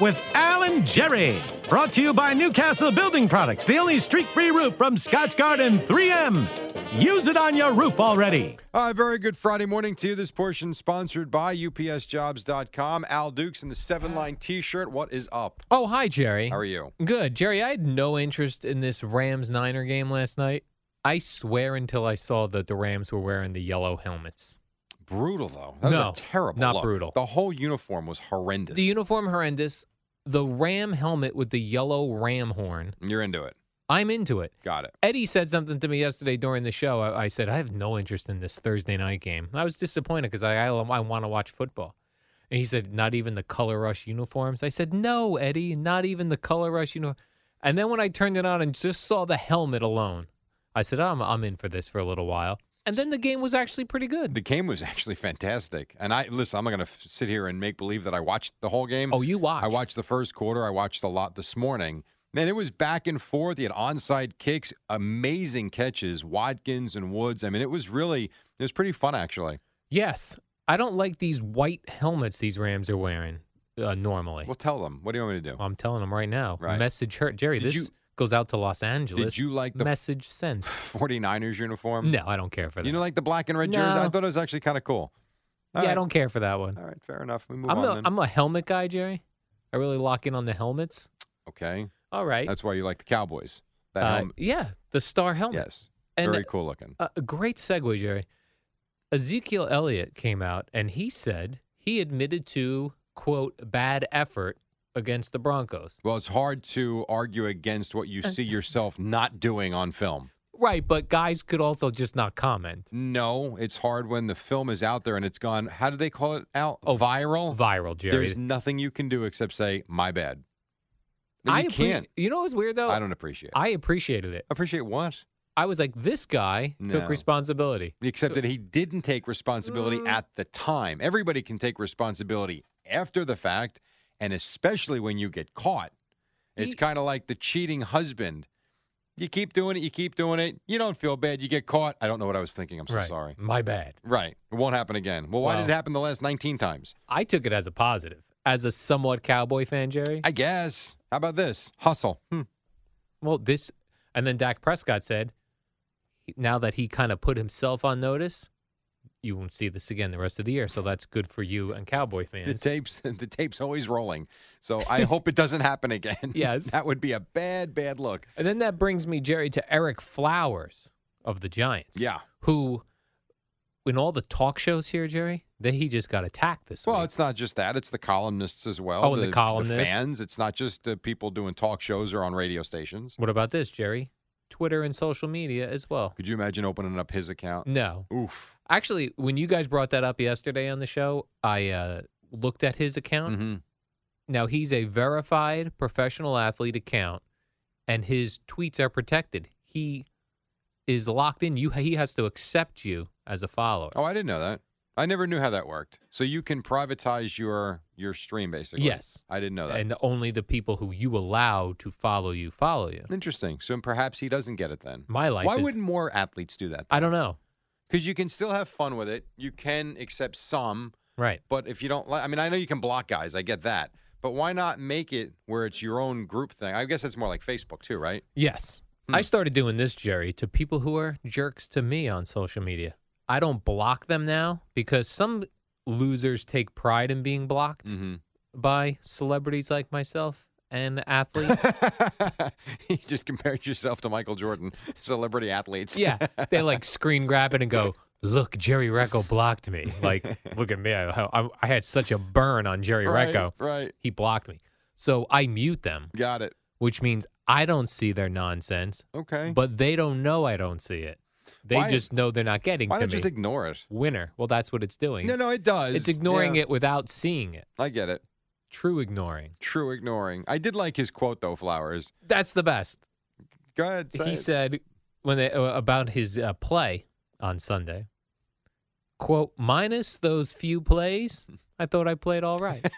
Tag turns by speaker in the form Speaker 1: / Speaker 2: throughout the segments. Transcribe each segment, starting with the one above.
Speaker 1: with Alan Jerry. Brought to you by Newcastle Building Products, the only streak free roof from Scotch Garden 3M. Use it on your roof already.
Speaker 2: Uh, very good Friday morning to you. This portion sponsored by UPSJobs.com. Al Dukes in the seven line t shirt. What is up?
Speaker 3: Oh, hi, Jerry.
Speaker 2: How are you?
Speaker 3: Good. Jerry, I had no interest in this Rams Niner game last night. I swear until I saw that the Rams were wearing the yellow helmets.
Speaker 2: Brutal, though. That
Speaker 3: No,
Speaker 2: was a terrible
Speaker 3: not
Speaker 2: look.
Speaker 3: brutal.
Speaker 2: The whole uniform was horrendous.
Speaker 3: The uniform horrendous, the Ram helmet with the yellow ram horn.
Speaker 2: You're into it.
Speaker 3: I'm into it.
Speaker 2: Got it.
Speaker 3: Eddie said something to me yesterday during the show. I, I said, I have no interest in this Thursday night game. I was disappointed because I, I, I want to watch football. And he said, Not even the color rush uniforms. I said, No, Eddie, not even the color rush uniform. And then when I turned it on and just saw the helmet alone, I said, I'm, I'm in for this for a little while. And then the game was actually pretty good.
Speaker 2: The game was actually fantastic. And I listen, I'm not going to sit here and make believe that I watched the whole game.
Speaker 3: oh, you watched.
Speaker 2: I watched the first quarter. I watched a lot this morning. Man, it was back and forth. He had onside kicks, amazing catches, Watkins and Woods. I mean, it was really, it was pretty fun, actually.
Speaker 3: Yes. I don't like these white helmets these Rams are wearing uh, normally.
Speaker 2: Well, tell them. What do you want me to do?
Speaker 3: I'm telling them right now.
Speaker 2: Right.
Speaker 3: Message her. Jerry,
Speaker 2: Did
Speaker 3: this
Speaker 2: you-
Speaker 3: goes out to Los Angeles.
Speaker 2: you like the-
Speaker 3: message sent?
Speaker 2: 49ers uniform?
Speaker 3: No, I don't care for that.
Speaker 2: You know, like the black and red jersey? I
Speaker 3: No.
Speaker 2: thought it was actually kind of cool.
Speaker 3: yeah, I don't care for that one.
Speaker 2: All right, fair enough. We move
Speaker 3: I'm
Speaker 2: on.
Speaker 3: a,
Speaker 2: then.
Speaker 3: I'm a helmet guy, Jerry. I really lock in on the helmets.
Speaker 2: okay,
Speaker 3: All right.
Speaker 2: that's why you like the Cowboys. That
Speaker 3: uh,
Speaker 2: helmet-
Speaker 3: yeah, the star helmet.
Speaker 2: yes,
Speaker 3: and-
Speaker 2: very cool looking.
Speaker 3: A a great segue, Jerry. Ezekiel Elliott came out and he said he admitted to quote bad effort against the Broncos.
Speaker 2: Well, it's hard to argue against what
Speaker 3: Uh.
Speaker 2: you see yourself not doing on film.
Speaker 3: Right, but guys could also just not comment.
Speaker 2: No, it's hard when the film is out there and it's gone. How do they call it out?
Speaker 3: Oh,
Speaker 2: viral.
Speaker 3: Viral, Jerry.
Speaker 2: There's nothing you can do except say my bad. No,
Speaker 3: I
Speaker 2: you
Speaker 3: appre-
Speaker 2: can't.
Speaker 3: You know what's weird though?
Speaker 2: I don't appreciate. it.
Speaker 3: I appreciated it.
Speaker 2: appreciate what?
Speaker 3: I was like, this guy
Speaker 2: No.
Speaker 3: took responsibility.
Speaker 2: Except that he didn't take responsibility
Speaker 3: Mm.
Speaker 2: at the time. Everybody can take responsibility after the fact, and especially when you get caught. It's
Speaker 3: Ye-
Speaker 2: kind of like the cheating husband. You keep doing it, you keep doing it. You don't feel bad. You get caught. I don't know what I was thinking. I'm so
Speaker 3: right.
Speaker 2: sorry.
Speaker 3: My bad.
Speaker 2: Right. It won't happen again. Well, why did
Speaker 3: Wow.
Speaker 2: it happen the last 19 times?
Speaker 3: I took it as a positive. As a somewhat cowboy fan, Jerry.
Speaker 2: I guess. How about this? Hustle. Hmm.
Speaker 3: well, this and then Dak Prescott said now that he kind of put himself on notice, you won't see this again the rest of the year. So that's good for you and cowboy
Speaker 2: The
Speaker 3: fans.
Speaker 2: tapes the tape's always rolling. So I hope it doesn't happen again.
Speaker 3: Yes.
Speaker 2: that would be a bad, bad look.
Speaker 3: and then that brings me, Jerry, to Eric Flowers of the Giants.
Speaker 2: Yeah.
Speaker 3: Who in all the talk shows here, Jerry, that he just got attacked this
Speaker 2: Well,
Speaker 3: week.
Speaker 2: it's not just that; it's the columnists as well.
Speaker 3: Oh, the columnists.
Speaker 2: fans. It's not just uh, people doing talk shows or on radio stations.
Speaker 3: What about this, Jerry? Twitter and social media as well.
Speaker 2: Could you imagine opening up his account?
Speaker 3: No.
Speaker 2: Oof.
Speaker 3: Actually, when you guys brought that up yesterday on the show, I uh, looked at his account.
Speaker 2: hmm
Speaker 3: Now, he's a verified professional athlete account, and his tweets are protected. He is locked in. You, He has to accept you as a follower.
Speaker 2: Oh, I didn't know that. I never knew how that worked. So you can privatize your your stream, basically.
Speaker 3: Yes.
Speaker 2: I didn't know that.
Speaker 3: and only the people who you allow to follow you follow you.
Speaker 2: Interesting. So perhaps he doesn't get it then.
Speaker 3: My life
Speaker 2: Why
Speaker 3: is-
Speaker 2: wouldn't more athletes do that?
Speaker 3: I don't know.
Speaker 2: Because you can still have fun with it. You can accept some,
Speaker 3: Right.
Speaker 2: but if you don't like, I mean, I know you can block guys. I get that. But why not make it where it's your own group thing? I guess that's more like Facebook too, right?
Speaker 3: Yes.
Speaker 2: Hmm.
Speaker 3: I started doing this, Jerry, to people who are jerks to me on social media. I don't block them now because some losers take pride in being blocked
Speaker 2: Mm-hmm.
Speaker 3: by celebrities like myself and athletes.
Speaker 2: you just compared yourself to Michael Jordan, celebrity athletes.
Speaker 3: yeah. They like screen grab it and go, look, Jerry Recco blocked me. Like, look at me. I, I, I had such a burn on Jerry
Speaker 2: right,
Speaker 3: Recco.
Speaker 2: Right.
Speaker 3: He blocked me. So I mute them,
Speaker 2: Got it.
Speaker 3: which means I don't see their nonsense,
Speaker 2: Okay.
Speaker 3: but they don't know I don't see it. They
Speaker 2: Why-
Speaker 3: just know they're not getting
Speaker 2: Why
Speaker 3: to
Speaker 2: not
Speaker 3: me.
Speaker 2: just ignore it?
Speaker 3: Winner. Well, that's what it's doing.
Speaker 2: No,
Speaker 3: It's-
Speaker 2: no, it does.
Speaker 3: It's ignoring
Speaker 2: Yeah,
Speaker 3: it without seeing it.
Speaker 2: I get it.
Speaker 3: True ignoring.
Speaker 2: True ignoring. I did like his quote though, Flowers.
Speaker 3: That's the best.
Speaker 2: Go ahead. say
Speaker 3: he
Speaker 2: it.
Speaker 3: said when they uh, about his uh, play on Sunday. "Quote minus those few plays, I thought I played all right."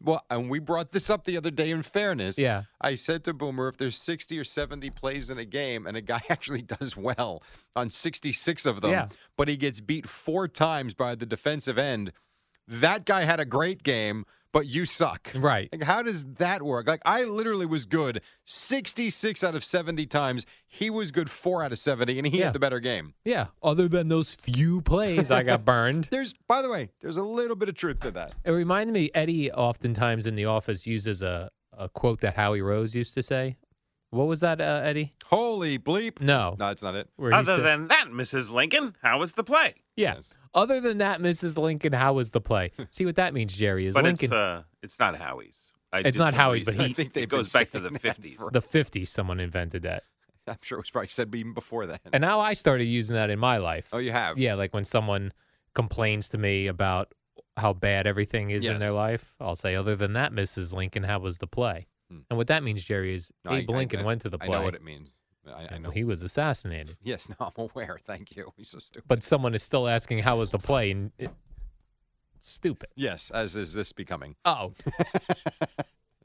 Speaker 2: well, and we brought this up the other day in fairness.
Speaker 3: yeah,
Speaker 2: I said to Boomer, if there's 60 or 70 plays in a game and a guy actually does well on 66 of them,
Speaker 3: Yeah.
Speaker 2: but he gets beat four times by the defensive end, that guy had a great game, but you suck.
Speaker 3: right.
Speaker 2: Like, how does that work? Like, I literally was good 66 out of 70 times. He was good four out of 70, and he
Speaker 3: Yeah.
Speaker 2: had the better game.
Speaker 3: Yeah. Other than those few plays, I got burned.
Speaker 2: There's, by the way, there's a little bit of truth to that.
Speaker 3: It reminded me Eddie oftentimes in the office uses a, a quote that Howie Rose used to say. What was that, uh, Eddie?
Speaker 2: Holy bleep.
Speaker 3: No.
Speaker 2: No, that's not it.
Speaker 3: Where he
Speaker 4: Other
Speaker 3: said-
Speaker 4: than that, Mrs. Lincoln, how was the play?
Speaker 3: yeah. Other than that, Mrs. Lincoln, how was the play? See what that means, Jerry. Is
Speaker 4: but
Speaker 3: Lincoln
Speaker 4: it's uh, it's not Howie's. I
Speaker 3: It's
Speaker 4: did
Speaker 3: not
Speaker 4: some
Speaker 3: Howie's, but
Speaker 4: research.
Speaker 3: he- I
Speaker 2: think
Speaker 4: it
Speaker 2: they've
Speaker 4: goes
Speaker 2: been
Speaker 4: back to the
Speaker 2: saying that
Speaker 4: 50s.
Speaker 2: for-
Speaker 3: the 50s someone invented that.
Speaker 2: I'm sure it was probably said even before that.
Speaker 3: And now I started using that in my life.
Speaker 2: oh, you have?
Speaker 3: Yeah, like when someone complains to me about how bad everything is in their
Speaker 2: Yes.
Speaker 3: life, I'll say, other than that, Mrs. Lincoln, how was the play?
Speaker 2: Hmm.
Speaker 3: And what that means, Jerry, is
Speaker 2: No, I-
Speaker 3: Abe
Speaker 2: I-
Speaker 3: Lincoln
Speaker 2: I-
Speaker 3: went to the play.
Speaker 2: I know what it means. I, I
Speaker 3: and
Speaker 2: know.
Speaker 3: He was assassinated.
Speaker 2: Yes, no, I'm aware. Thank you. He's so stupid.
Speaker 3: but someone is still asking how was the play and it, stupid.
Speaker 2: yes, as is this becoming.
Speaker 3: Oh,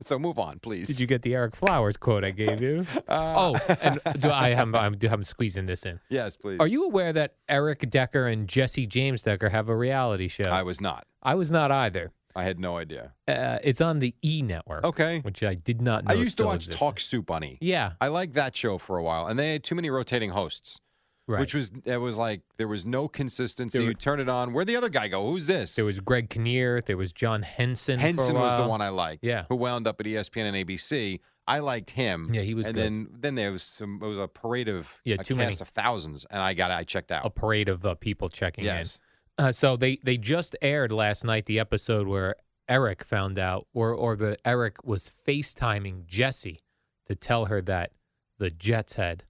Speaker 2: So move on, please.
Speaker 3: did you get the Eric Flowers quote I gave you?
Speaker 2: Uh,
Speaker 3: Oh, and do I am I'm, do I'm squeezing this in?
Speaker 2: yes, please.
Speaker 3: Are you aware that Eric Decker and Jesse James Decker have a reality show?
Speaker 2: I was not.
Speaker 3: I was not either.
Speaker 2: I had no idea.
Speaker 3: Uh, it's on the E Network.
Speaker 2: Okay.
Speaker 3: which I did not. know
Speaker 2: I used to
Speaker 3: still
Speaker 2: watch
Speaker 3: existed.
Speaker 2: Talk Soup on E.
Speaker 3: Yeah,
Speaker 2: I liked that show for a while, and they had too many rotating hosts,
Speaker 3: right.
Speaker 2: which was it was like there was no consistency.
Speaker 3: There were-
Speaker 2: you turn it on, where'd the other guy go? Who's this?
Speaker 3: there was Greg Kinnear. There was John Henson. for a
Speaker 2: Henson was the
Speaker 3: while.
Speaker 2: one I liked.
Speaker 3: Yeah.
Speaker 2: Who wound up at E ESPN and ABC. I liked him.
Speaker 3: Yeah, he was
Speaker 2: And
Speaker 3: good.
Speaker 2: then then there was some it was a parade of
Speaker 3: Yeah,
Speaker 2: a
Speaker 3: too
Speaker 2: cast
Speaker 3: many.
Speaker 2: of thousands and I got I checked out.
Speaker 3: A parade of uh, people checking in.
Speaker 2: yes.
Speaker 3: Uh, so they they just aired last night the episode where Eric found out, or or the Eric was FaceTiming Jesse to tell her that the Jets had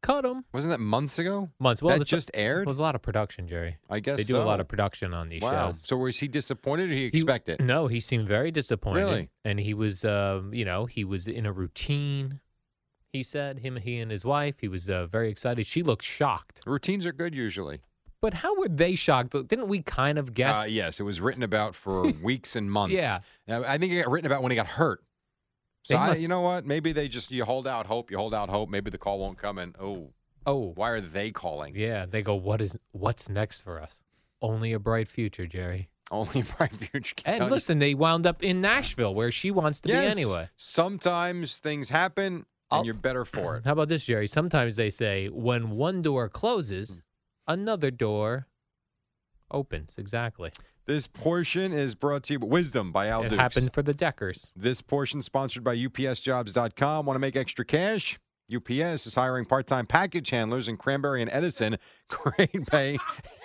Speaker 3: cut him
Speaker 2: Wasn't that months ago?
Speaker 3: months. Well,
Speaker 2: that
Speaker 3: this-
Speaker 2: just
Speaker 3: it
Speaker 2: aired?
Speaker 3: was a lot of production, Jerry.
Speaker 2: I guess
Speaker 3: They do a
Speaker 2: so.
Speaker 3: lot of production on these
Speaker 2: Wow.
Speaker 3: shows.
Speaker 2: So was he disappointed or did he
Speaker 3: He-
Speaker 2: expect it?
Speaker 3: No, he seemed very disappointed.
Speaker 2: Really?
Speaker 3: And he was, um, you know, he was in a routine. He said him, he and his wife. He was uh, very excited. She looked shocked.
Speaker 2: Routines are good usually.
Speaker 3: But how were they shocked? Didn't we kind of guess?
Speaker 2: Uh, yes, it was written about for weeks and months.
Speaker 3: Yeah.
Speaker 2: Now, I think it got written about when he got hurt. So
Speaker 3: They
Speaker 2: I,
Speaker 3: must-
Speaker 2: you know what? Maybe they just you hold out hope, you hold out hope. Maybe the call won't come, and oh,
Speaker 3: Oh,
Speaker 2: why are they calling?
Speaker 3: Yeah, they go. What is what's next for us? Only a bright future, Jerry.
Speaker 2: Only Brian Future can tell
Speaker 3: And
Speaker 2: you.
Speaker 3: listen, they wound up in Nashville, where she wants to
Speaker 2: Yes,
Speaker 3: be anyway.
Speaker 2: Sometimes things happen,
Speaker 3: I'll-
Speaker 2: and you're better for it.
Speaker 3: How about this, Jerry? Sometimes they say when one door
Speaker 2: Hmm.
Speaker 3: closes, another door opens. Exactly.
Speaker 2: This portion is brought to you by Wisdom by Al
Speaker 3: it
Speaker 2: Dukes.
Speaker 3: happened for the Deckers.
Speaker 2: This portion sponsored by UPSJobs.com. Want to make extra cash? UPS is hiring part-time package handlers in Cranberry and Edison, grade pay,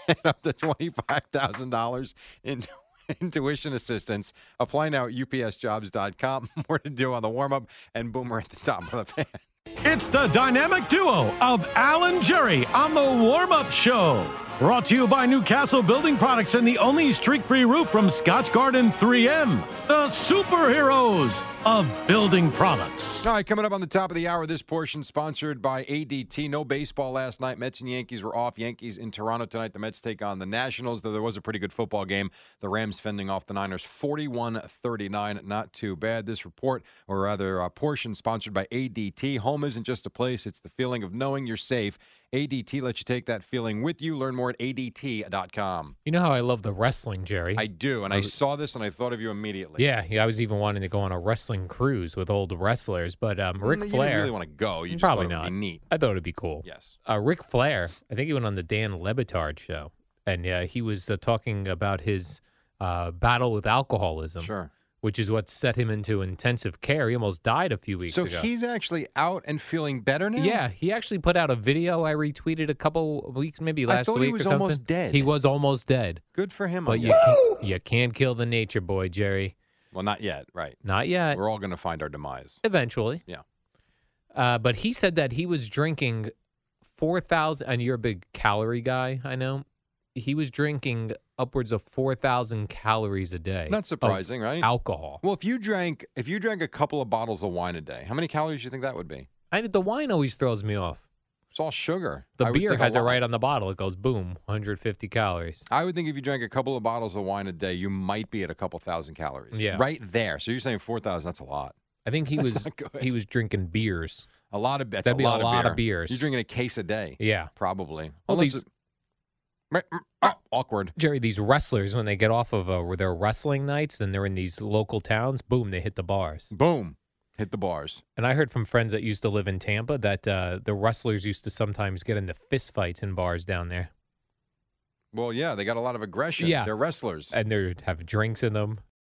Speaker 2: and up to twenty-five thousand dollars in in tuition assistance. Apply now at UPSJobs.com. More to do on the warm-up and Boomer at the top of the fan.
Speaker 1: It's the dynamic duo of Alan Jerry on the warm up show. Brought to you by Newcastle Building Products and the only streak free roof from Scotch Garden 3M, the superheroes of building products.
Speaker 2: All right, coming up on the top of the hour, this portion sponsored by ADT. No baseball last night. Mets and Yankees were off. Yankees in Toronto tonight. The Mets take on the Nationals, though there was a pretty good football game. The Rams fending off the Niners 41 39. Not too bad. This report, or rather a portion sponsored by ADT. Home isn't just a place, it's the feeling of knowing you're safe. ADT lets you take that feeling with you. Learn more at ADT.com.
Speaker 3: You know how I love the wrestling, Jerry.
Speaker 2: I do, and I saw this and I thought of you immediately.
Speaker 3: yeah, yeah, I was even wanting to go on a wrestling cruise with old wrestlers, but um, Ric
Speaker 2: Mm, you
Speaker 3: Flair.
Speaker 2: didn't really want to go. You just
Speaker 3: Probably
Speaker 2: thought it would be
Speaker 3: not.
Speaker 2: neat.
Speaker 3: I thought it'd be cool.
Speaker 2: Yes.
Speaker 3: uh, Rick Flair. I think he went on the Dan Lebitard show, and uh, he was uh, talking about his uh, battle with alcoholism,
Speaker 2: Sure.
Speaker 3: which is what set him into intensive care. He almost died a few weeks
Speaker 2: So
Speaker 3: ago.
Speaker 2: he's actually out and feeling better now?
Speaker 3: Yeah, he actually put out a video I retweeted a couple weeks, maybe
Speaker 2: I
Speaker 3: last
Speaker 2: thought he
Speaker 3: week
Speaker 2: was
Speaker 3: or something.
Speaker 2: almost dead.
Speaker 3: He was almost dead.
Speaker 2: Good for him.
Speaker 3: But
Speaker 2: I
Speaker 3: you
Speaker 2: guess.
Speaker 3: can't, you can't kill the nature boy, Jerry.
Speaker 2: Well, not yet, right.
Speaker 3: Not yet.
Speaker 2: We're all going to find our demise.
Speaker 3: Eventually.
Speaker 2: Yeah.
Speaker 3: Uh, but he said that he was drinking 4,000, and you're a big calorie guy, I know. He was drinking upwards of 4,000 calories a day.
Speaker 2: Not
Speaker 3: of
Speaker 2: surprising, right?
Speaker 3: Alcohol.
Speaker 2: Well, if you drank if you drank a couple of bottles of wine a day, how many calories do you think that would be?
Speaker 3: I, the wine always throws me off.
Speaker 2: It's all sugar.
Speaker 3: The
Speaker 2: I would
Speaker 3: beer
Speaker 2: think a
Speaker 3: has it
Speaker 2: lot.
Speaker 3: right on the bottle. It goes boom, 150 calories.
Speaker 2: I would think if you drank a couple of bottles of wine a day, you might be at a couple thousand calories.
Speaker 3: Yeah.
Speaker 2: Right there. So you're saying 4,000, that's a lot.
Speaker 3: I think he
Speaker 2: That's
Speaker 3: was
Speaker 2: not good.
Speaker 3: he was drinking beers.
Speaker 2: A lot of that's
Speaker 3: That'd
Speaker 2: a
Speaker 3: be a
Speaker 2: lot,
Speaker 3: lot
Speaker 2: of, beer.
Speaker 3: of beers.
Speaker 2: You're drinking a case a day.
Speaker 3: Yeah.
Speaker 2: Probably.
Speaker 3: Well,
Speaker 2: Unless
Speaker 3: these-
Speaker 2: it- Meh, mm, ah, awkward.
Speaker 3: Jerry, these wrestlers, when they get off of uh, their wrestling nights and they're in these local towns, boom, they hit the bars.
Speaker 2: Boom. Hit the bars.
Speaker 3: And I heard from friends that used to live in Tampa that uh, the wrestlers used to sometimes get into fist fights in bars down there.
Speaker 2: Well, yeah, they got a lot of aggression.
Speaker 3: Yeah.
Speaker 2: They're wrestlers.
Speaker 3: And they'd have drinks in them.